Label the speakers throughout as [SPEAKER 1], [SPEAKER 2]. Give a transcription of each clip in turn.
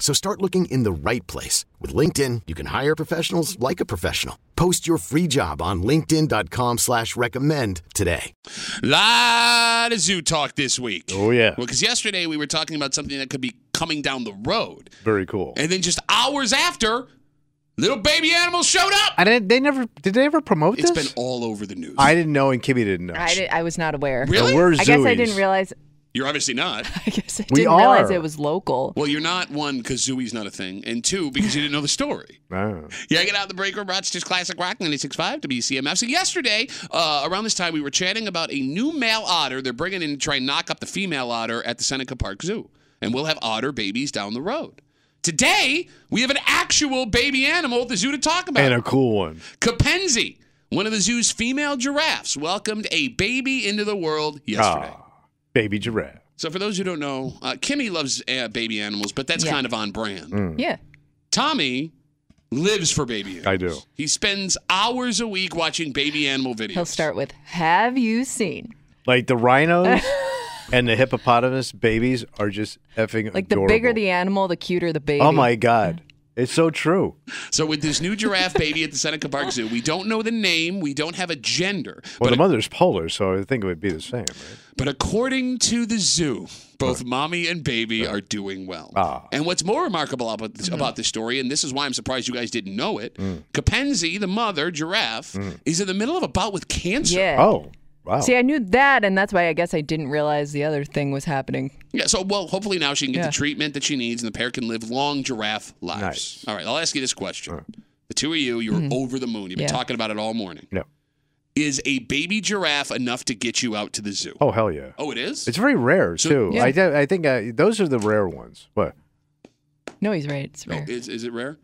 [SPEAKER 1] So start looking in the right place. With LinkedIn, you can hire professionals like a professional. Post your free job on linkedin.com slash recommend today.
[SPEAKER 2] Lot of zoo talk this week.
[SPEAKER 3] Oh, yeah.
[SPEAKER 2] Well, because yesterday we were talking about something that could be coming down the road.
[SPEAKER 3] Very cool.
[SPEAKER 2] And then just hours after, little baby animals showed up.
[SPEAKER 3] I didn't, they never did they ever promote
[SPEAKER 2] It's been
[SPEAKER 3] this?
[SPEAKER 2] all over the news.
[SPEAKER 3] I didn't know and Kimmy didn't know.
[SPEAKER 4] I, did, I was not aware.
[SPEAKER 2] Really?
[SPEAKER 3] And we're
[SPEAKER 4] I guess I
[SPEAKER 3] Zoomies.
[SPEAKER 4] didn't realize.
[SPEAKER 2] You're obviously not.
[SPEAKER 4] I guess I
[SPEAKER 3] We
[SPEAKER 4] didn't realize
[SPEAKER 3] are.
[SPEAKER 4] it was local.
[SPEAKER 2] Well, you're not one because Zooey's not a thing, and two because you didn't know the story.
[SPEAKER 3] Oh.
[SPEAKER 2] Yeah, get out the break room, Rochester's Classic Rock 96.5 WCMF. So yesterday, uh, around this time, we were chatting about a new male otter they're bringing in to try and knock up the female otter at the Seneca Park Zoo. And we'll have otter babies down the road. Today, we have an actual baby animal at the zoo to talk about.
[SPEAKER 3] And a cool one.
[SPEAKER 2] Capenzi, one of the zoo's female giraffes, welcomed a baby into the world yesterday.
[SPEAKER 3] Ah, baby giraffe.
[SPEAKER 2] So for those who don't know, uh, Kimmy loves uh, baby animals, but that's
[SPEAKER 4] Yeah.
[SPEAKER 2] kind of on brand.
[SPEAKER 3] Mm. Hmm.
[SPEAKER 4] Yeah.
[SPEAKER 2] Tommy lives for baby animals.
[SPEAKER 3] I do.
[SPEAKER 2] He spends hours a week watching baby animal videos.
[SPEAKER 4] He'll start with Have you seen?
[SPEAKER 3] Like the rhinos and the hippopotamus babies are just effing
[SPEAKER 4] Like the bigger
[SPEAKER 3] adorable.
[SPEAKER 4] the animal, the cuter the baby.
[SPEAKER 3] Oh my god. It's so true.
[SPEAKER 2] So with this new giraffe baby at the Seneca Park Zoo, we don't know the name, we don't have a gender,
[SPEAKER 3] Well,
[SPEAKER 2] but
[SPEAKER 3] the mother's polar, so I think it would be the same. Right?
[SPEAKER 2] But according to the zoo, both mommy and baby are doing well.
[SPEAKER 3] Ah. Mm-hmm.
[SPEAKER 2] And what's more remarkable about this, about this story, and this is why I'm surprised you guys didn't know it,
[SPEAKER 3] Mm.
[SPEAKER 2] Capenzi, the mother giraffe, is in the middle of a bout with cancer.
[SPEAKER 4] Yeah.
[SPEAKER 3] Oh, wow.
[SPEAKER 4] See, I knew that, and that's why I guess I didn't realize the other thing was happening.
[SPEAKER 2] Yeah, so, well, hopefully now she can get
[SPEAKER 4] Yeah.
[SPEAKER 2] the treatment that she needs and the pair can live long giraffe lives.
[SPEAKER 3] Nice.
[SPEAKER 2] All right, I'll ask you this question. The two of you, you were over the moon. You've been
[SPEAKER 4] Mm-hmm. Yeah.
[SPEAKER 2] talking about it all morning.
[SPEAKER 3] No.
[SPEAKER 2] Is a baby giraffe enough to get you out to the zoo?
[SPEAKER 3] oh, hell yeah.
[SPEAKER 2] Oh, it is?
[SPEAKER 3] It's very rare
[SPEAKER 2] So-
[SPEAKER 3] too.
[SPEAKER 4] Yeah.
[SPEAKER 3] I, th- I think I, those are the rare ones. What?
[SPEAKER 4] No, he's right. It's
[SPEAKER 2] Oh,
[SPEAKER 4] rare.
[SPEAKER 2] is, is it rare?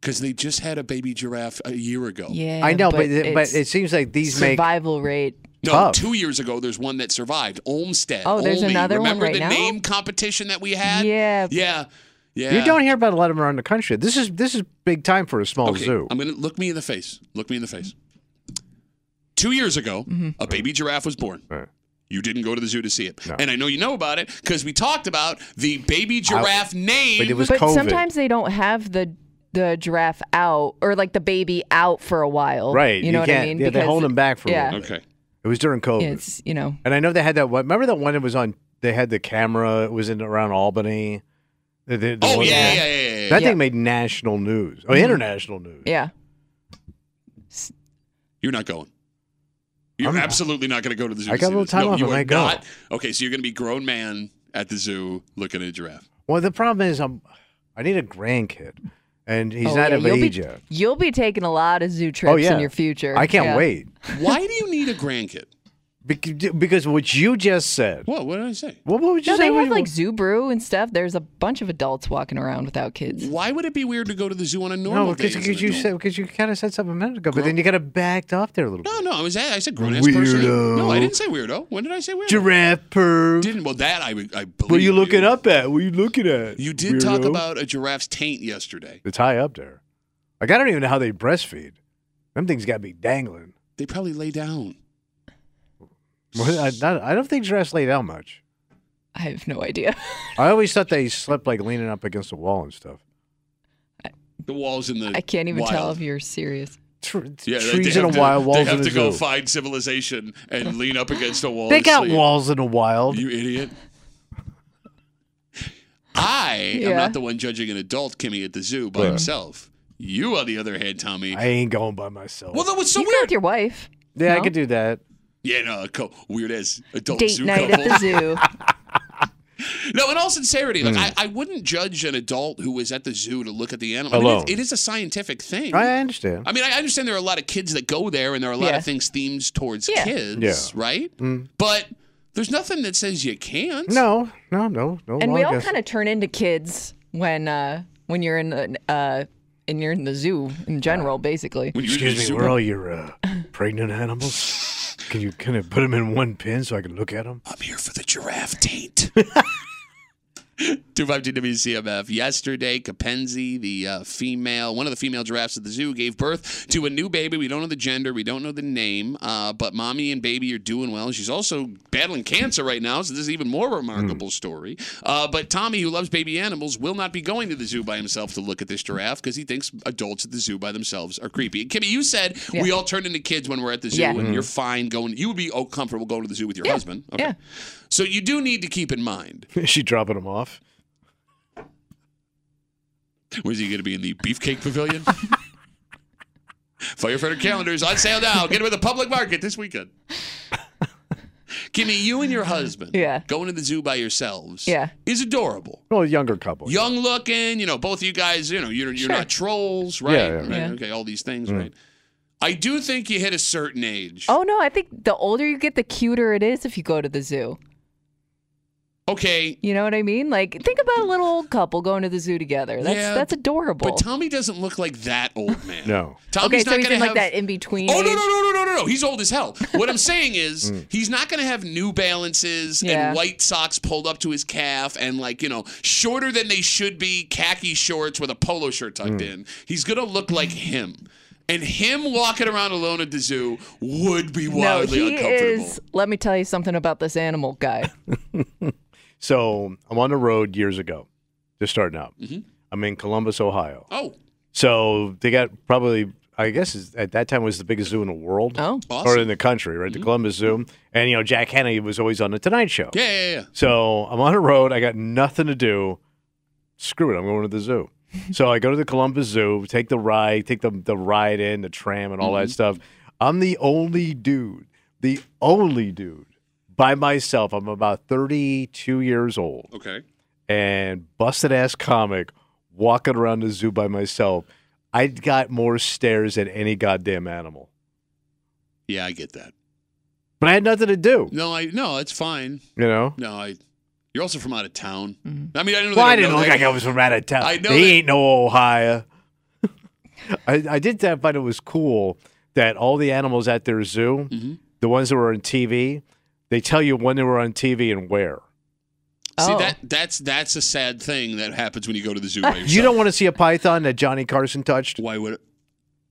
[SPEAKER 2] Because they just had a baby giraffe a year ago.
[SPEAKER 4] yeah.
[SPEAKER 3] I know, but but,
[SPEAKER 4] it's
[SPEAKER 3] it seems like these make
[SPEAKER 4] survival rate.
[SPEAKER 2] No,
[SPEAKER 3] Tough.
[SPEAKER 2] two years ago, there's one that survived. Olmstead.
[SPEAKER 4] Oh, there's
[SPEAKER 2] Olney.
[SPEAKER 4] another one
[SPEAKER 2] Remember
[SPEAKER 4] right
[SPEAKER 2] the
[SPEAKER 4] now?
[SPEAKER 2] name competition that we had?
[SPEAKER 4] Yeah.
[SPEAKER 2] Yeah. Yeah.
[SPEAKER 3] You don't hear about a lot of them around the country. This is this is big time for a small
[SPEAKER 2] Okay, um,
[SPEAKER 3] zoo.
[SPEAKER 2] I'm gonna look me in the face. Look me in the face. Two years ago, a baby giraffe was born.
[SPEAKER 3] Right.
[SPEAKER 2] You didn't go to the zoo to see it,
[SPEAKER 3] Mm-hmm. No.
[SPEAKER 2] and I know you know about it because we talked about the baby giraffe name.
[SPEAKER 3] but it was
[SPEAKER 4] But
[SPEAKER 3] COVID.
[SPEAKER 4] sometimes they don't have the the giraffe out or like the baby out for a while.
[SPEAKER 3] right?
[SPEAKER 4] You know what
[SPEAKER 3] can't,
[SPEAKER 4] I mean?
[SPEAKER 3] Yeah, they hold them back for. a
[SPEAKER 4] yeah.
[SPEAKER 3] little bit.
[SPEAKER 2] okay.
[SPEAKER 3] It was during COVID,
[SPEAKER 4] It's you know.
[SPEAKER 3] and I know they had that one. Remember that one that was on? They had the camera. It was in around Albany. The- the- the
[SPEAKER 2] Oh
[SPEAKER 3] one-
[SPEAKER 2] yeah, yeah, yeah, yeah, yeah.
[SPEAKER 3] That
[SPEAKER 4] Yeah.
[SPEAKER 3] thing made national news. Oh, international news.
[SPEAKER 4] Mm-hmm. Yeah.
[SPEAKER 2] You're not going. You're
[SPEAKER 3] I'm not.
[SPEAKER 2] absolutely not going to go to the zoo.
[SPEAKER 3] I
[SPEAKER 2] to
[SPEAKER 3] got a
[SPEAKER 2] see
[SPEAKER 3] little
[SPEAKER 2] this.
[SPEAKER 3] time
[SPEAKER 2] no,
[SPEAKER 3] off.
[SPEAKER 2] You
[SPEAKER 3] I
[SPEAKER 2] are
[SPEAKER 3] might go.
[SPEAKER 2] not. Okay, so you're going to be grown man at the zoo looking at a giraffe.
[SPEAKER 3] Well, the problem is, I'm. I need a grandkid, and he's
[SPEAKER 4] Oh,
[SPEAKER 3] not
[SPEAKER 4] yeah,
[SPEAKER 3] of
[SPEAKER 4] you'll
[SPEAKER 3] age
[SPEAKER 4] be,
[SPEAKER 3] yet.
[SPEAKER 4] You'll be taking a lot of zoo trips
[SPEAKER 3] Oh yeah,
[SPEAKER 4] in your future.
[SPEAKER 3] I can't
[SPEAKER 4] Yeah.
[SPEAKER 3] wait
[SPEAKER 2] Why do you need a grandkid?
[SPEAKER 3] Bec- because what you just said.
[SPEAKER 2] What? What did I say?
[SPEAKER 3] What, what would you
[SPEAKER 4] No,
[SPEAKER 3] say?
[SPEAKER 4] they
[SPEAKER 3] was-
[SPEAKER 4] have like zoo brew and stuff. There's a bunch of adults walking around without kids.
[SPEAKER 2] Why would it be weird to go to the zoo on a normal
[SPEAKER 3] no,
[SPEAKER 2] day? as
[SPEAKER 3] because
[SPEAKER 2] an
[SPEAKER 3] because you
[SPEAKER 2] adult?
[SPEAKER 3] said because you kind of said something a minute ago, but then you kind of backed off there a little. bit.
[SPEAKER 2] No, no, I was I said grown ass person.
[SPEAKER 3] Weirdo.
[SPEAKER 2] No, I didn't say weirdo. When did I say weirdo?
[SPEAKER 3] Giraffe perv.
[SPEAKER 2] Didn't well that I would- I believe.
[SPEAKER 3] what are you looking up at? What are you looking at?
[SPEAKER 2] You did talk
[SPEAKER 3] weirdo?
[SPEAKER 2] about a giraffe's taint yesterday.
[SPEAKER 3] It's high up there. Like I don't even know how they breastfeed. Them things got to be dangling.
[SPEAKER 2] They probably lay down.
[SPEAKER 3] Well, I, not- I don't think giraffes lay down much.
[SPEAKER 4] I have no idea.
[SPEAKER 3] I always thought they slept like leaning up against the wall and stuff.
[SPEAKER 2] The walls in the
[SPEAKER 4] I can't even tell if
[SPEAKER 2] wild.
[SPEAKER 4] you're serious.
[SPEAKER 3] Tr-
[SPEAKER 2] Yeah, they-
[SPEAKER 3] trees
[SPEAKER 2] they
[SPEAKER 3] in a
[SPEAKER 2] have to-
[SPEAKER 3] wild, walls
[SPEAKER 2] They have
[SPEAKER 3] in a
[SPEAKER 2] to go
[SPEAKER 3] zoo.
[SPEAKER 2] find civilization and lean up against a wall.
[SPEAKER 3] They
[SPEAKER 2] and
[SPEAKER 3] got
[SPEAKER 2] sleep.
[SPEAKER 3] walls in the wild.
[SPEAKER 2] You idiot. I am
[SPEAKER 4] Yeah.
[SPEAKER 2] not the one judging an adult Kimmy at the zoo by
[SPEAKER 5] Yeah.
[SPEAKER 2] himself. You, on the other hand, Tommy.
[SPEAKER 3] I ain't going by myself.
[SPEAKER 2] well, that was so
[SPEAKER 4] you go
[SPEAKER 2] weird.
[SPEAKER 4] with your wife.
[SPEAKER 3] yeah, I
[SPEAKER 4] no.
[SPEAKER 3] could do that.
[SPEAKER 2] yeah, no, a co- weird as adult
[SPEAKER 4] Date
[SPEAKER 2] Oh, zoo
[SPEAKER 4] night
[SPEAKER 2] couple.
[SPEAKER 4] at the zoo.
[SPEAKER 3] Oh,
[SPEAKER 2] No, in all sincerity,
[SPEAKER 3] Hmm.
[SPEAKER 2] like I, I wouldn't judge an adult who was at the zoo to look at the animal. I mean,
[SPEAKER 3] Alone.
[SPEAKER 2] it- it is a scientific thing.
[SPEAKER 3] I understand.
[SPEAKER 2] I mean, I understand there are a lot of kids that go there, and there are a lot
[SPEAKER 4] Yeah.
[SPEAKER 2] of things themed towards
[SPEAKER 4] Yeah.
[SPEAKER 2] kids,
[SPEAKER 3] Yeah.
[SPEAKER 2] right? But there's nothing that says you can't.
[SPEAKER 3] no, no, no, no.
[SPEAKER 4] and we all kind of turn into kids when uh when you're in the uh and you're in the zoo in general, basically.
[SPEAKER 2] When you're in the
[SPEAKER 3] Excuse
[SPEAKER 2] zoo-
[SPEAKER 3] me, where are all your uh, pregnant animals? Can you kind of put them in one pen so I can look at them?
[SPEAKER 2] I'm here for the giraffe taint. 252 WCMF. Yesterday, Capenzi, the uh, female, one of the female giraffes at the zoo, gave birth to a new baby. We don't know the gender, we don't know the name, uh, but mommy and baby are doing well. She's also battling cancer right now, so this is even more
[SPEAKER 4] Hmm.
[SPEAKER 2] remarkable story. Uh, but Tommy, who loves baby animals, will not be going to the zoo by himself to look at this giraffe because he thinks adults at the zoo by themselves are creepy. And Kimmy, you said
[SPEAKER 4] Yeah.
[SPEAKER 2] we all turn into kids when we're at the zoo,
[SPEAKER 4] Yeah. Mm-hmm.
[SPEAKER 2] and you're fine going. You would be oh, comfortable going to the zoo with your husband. Okay.
[SPEAKER 4] yeah.
[SPEAKER 2] So you do need to keep in mind.
[SPEAKER 3] Is she dropping them off?
[SPEAKER 2] Was he going to be in the Beefcake Pavilion? Firefighter calendars on sale now. Get them at the public market this weekend. Kimmy, you and your husband
[SPEAKER 4] Yeah.
[SPEAKER 2] going to the zoo by yourselves
[SPEAKER 4] Yeah.
[SPEAKER 2] is adorable.
[SPEAKER 3] Well, a younger couple.
[SPEAKER 2] Young looking, you know, both of you guys, you know, you're, you're
[SPEAKER 4] Sure.
[SPEAKER 2] not trolls, right?
[SPEAKER 3] Yeah, Mm. yeah.
[SPEAKER 2] Right,
[SPEAKER 4] Yeah.
[SPEAKER 2] Okay, all these things, right? I do think you hit a certain age.
[SPEAKER 4] Oh no, I think the older you get, the cuter it is if you go to the zoo.
[SPEAKER 2] Okay,
[SPEAKER 4] You know what I mean? Like think about a little old couple going to the zoo together. That's
[SPEAKER 2] Yeah,
[SPEAKER 4] that's adorable.
[SPEAKER 2] but Tommy doesn't look like that old man.
[SPEAKER 3] No.
[SPEAKER 2] Tommy's
[SPEAKER 4] okay,
[SPEAKER 2] not
[SPEAKER 4] so he's
[SPEAKER 2] gonna
[SPEAKER 4] in like
[SPEAKER 2] have-
[SPEAKER 4] that in between.
[SPEAKER 2] Oh no no no no no no no! He's old as hell. What I'm saying is
[SPEAKER 3] Mm.
[SPEAKER 2] he's not going to have New Balances
[SPEAKER 4] Yeah.
[SPEAKER 2] and white socks pulled up to his calf and like you know shorter than they should be khaki shorts with a polo shirt tucked
[SPEAKER 3] Mm.
[SPEAKER 2] in. He's going to look like him, and him walking around alone at the zoo would be wildly
[SPEAKER 4] he
[SPEAKER 2] uncomfortable.
[SPEAKER 4] is. Let me tell you something about this animal guy.
[SPEAKER 3] So I'm on the road years ago, just starting out.
[SPEAKER 2] Mm-hmm.
[SPEAKER 3] I'm in Columbus, Ohio.
[SPEAKER 2] Oh,
[SPEAKER 3] So they got probably, I guess it's, at that time was the biggest zoo in the world.
[SPEAKER 4] Oh,
[SPEAKER 3] Or
[SPEAKER 2] awesome! Mm-hmm.
[SPEAKER 3] in the country, right? The Columbus Zoo. And, you know, Jack Hanna was always on The Tonight Show.
[SPEAKER 2] Yeah yeah yeah.
[SPEAKER 3] So I'm on a road. I got nothing to do. Screw it. I'm going to the zoo. So I go to the Columbus Zoo, take the ride, take the, the ride in, the tram, and all that stuff. I'm the only dude, the only dude by myself. I'm about 32 years old
[SPEAKER 2] Okay.
[SPEAKER 3] and busted ass comic walking around the zoo by myself. I got more stares than any goddamn animal,
[SPEAKER 2] Yeah, I get that.
[SPEAKER 3] but I had nothing to do,
[SPEAKER 2] No, I no, it's fine.
[SPEAKER 3] you know?
[SPEAKER 2] No, I. You're also from out of town. I mean, I don't know.
[SPEAKER 3] Well,
[SPEAKER 2] that
[SPEAKER 3] I didn't
[SPEAKER 2] know
[SPEAKER 3] look
[SPEAKER 2] that.
[SPEAKER 3] like I was from out of town.
[SPEAKER 2] I know
[SPEAKER 3] They
[SPEAKER 2] that-
[SPEAKER 3] ain't no Ohio. I, I did that, but it was cool that all the animals at their zoo,
[SPEAKER 2] Mm-hmm.
[SPEAKER 3] the ones that were on TV, they tell you when they were on TV and where.
[SPEAKER 2] See
[SPEAKER 4] Oh.
[SPEAKER 2] that that's that's a sad thing that happens when you go to the zoo. By yourself.
[SPEAKER 3] You don't want to see a python that Johnny Carson touched.
[SPEAKER 2] Why would?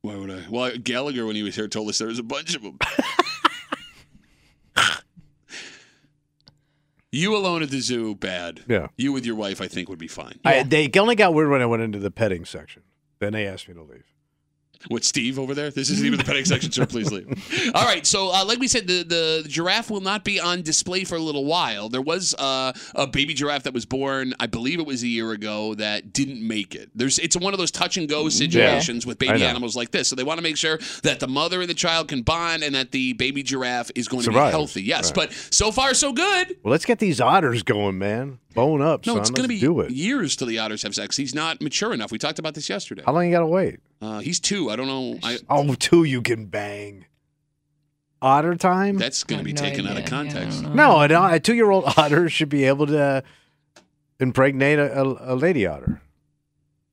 [SPEAKER 2] Why would I? Well, Gallagher, when he was here, told us there was a bunch of them. you alone at the zoo, bad.
[SPEAKER 3] Yeah.
[SPEAKER 2] You with your wife, I think, would be fine.
[SPEAKER 3] I, they only got weird when I went into the petting section. Then they asked me to leave.
[SPEAKER 2] What, Steve over there? This isn't even the petting section, sir. Please leave. All right. So, uh, like we said, the, the giraffe will not be on display for a little while. There was uh, a baby giraffe that was born, I believe it was a year ago, that didn't make it. There's It's one of those touch and go situations with
[SPEAKER 3] I
[SPEAKER 2] baby
[SPEAKER 3] know.
[SPEAKER 2] animals like this. So, they want to make sure that the mother and the child can bond and that the baby giraffe is going to be
[SPEAKER 3] Survives.
[SPEAKER 2] healthy. Yes.
[SPEAKER 3] Right.
[SPEAKER 2] But so far, so good.
[SPEAKER 3] Well, let's get these otters going, man. Bone up,
[SPEAKER 2] No,
[SPEAKER 3] son.
[SPEAKER 2] it's going
[SPEAKER 3] Let's
[SPEAKER 2] to be
[SPEAKER 3] do it.
[SPEAKER 2] years till the otters have sex. He's not mature enough. We talked about this yesterday.
[SPEAKER 3] How long you got to wait?
[SPEAKER 2] Uh, he's two. I don't know. I,
[SPEAKER 3] Oh, two you can bang. Otter time?
[SPEAKER 2] that's going to
[SPEAKER 4] Have
[SPEAKER 2] be
[SPEAKER 4] no
[SPEAKER 2] taken out of
[SPEAKER 4] idea. Yeah, I don't
[SPEAKER 2] context.
[SPEAKER 4] know.
[SPEAKER 3] No, an, o- a two-year-old otter should be able to impregnate a, a, a lady otter.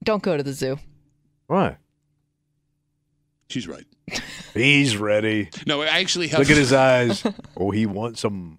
[SPEAKER 4] Don't go to the zoo.
[SPEAKER 3] Why?
[SPEAKER 2] She's right.
[SPEAKER 3] He's ready.
[SPEAKER 2] No, I actually have.
[SPEAKER 3] Look at his eyes. Oh, he wants some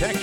[SPEAKER 6] Protect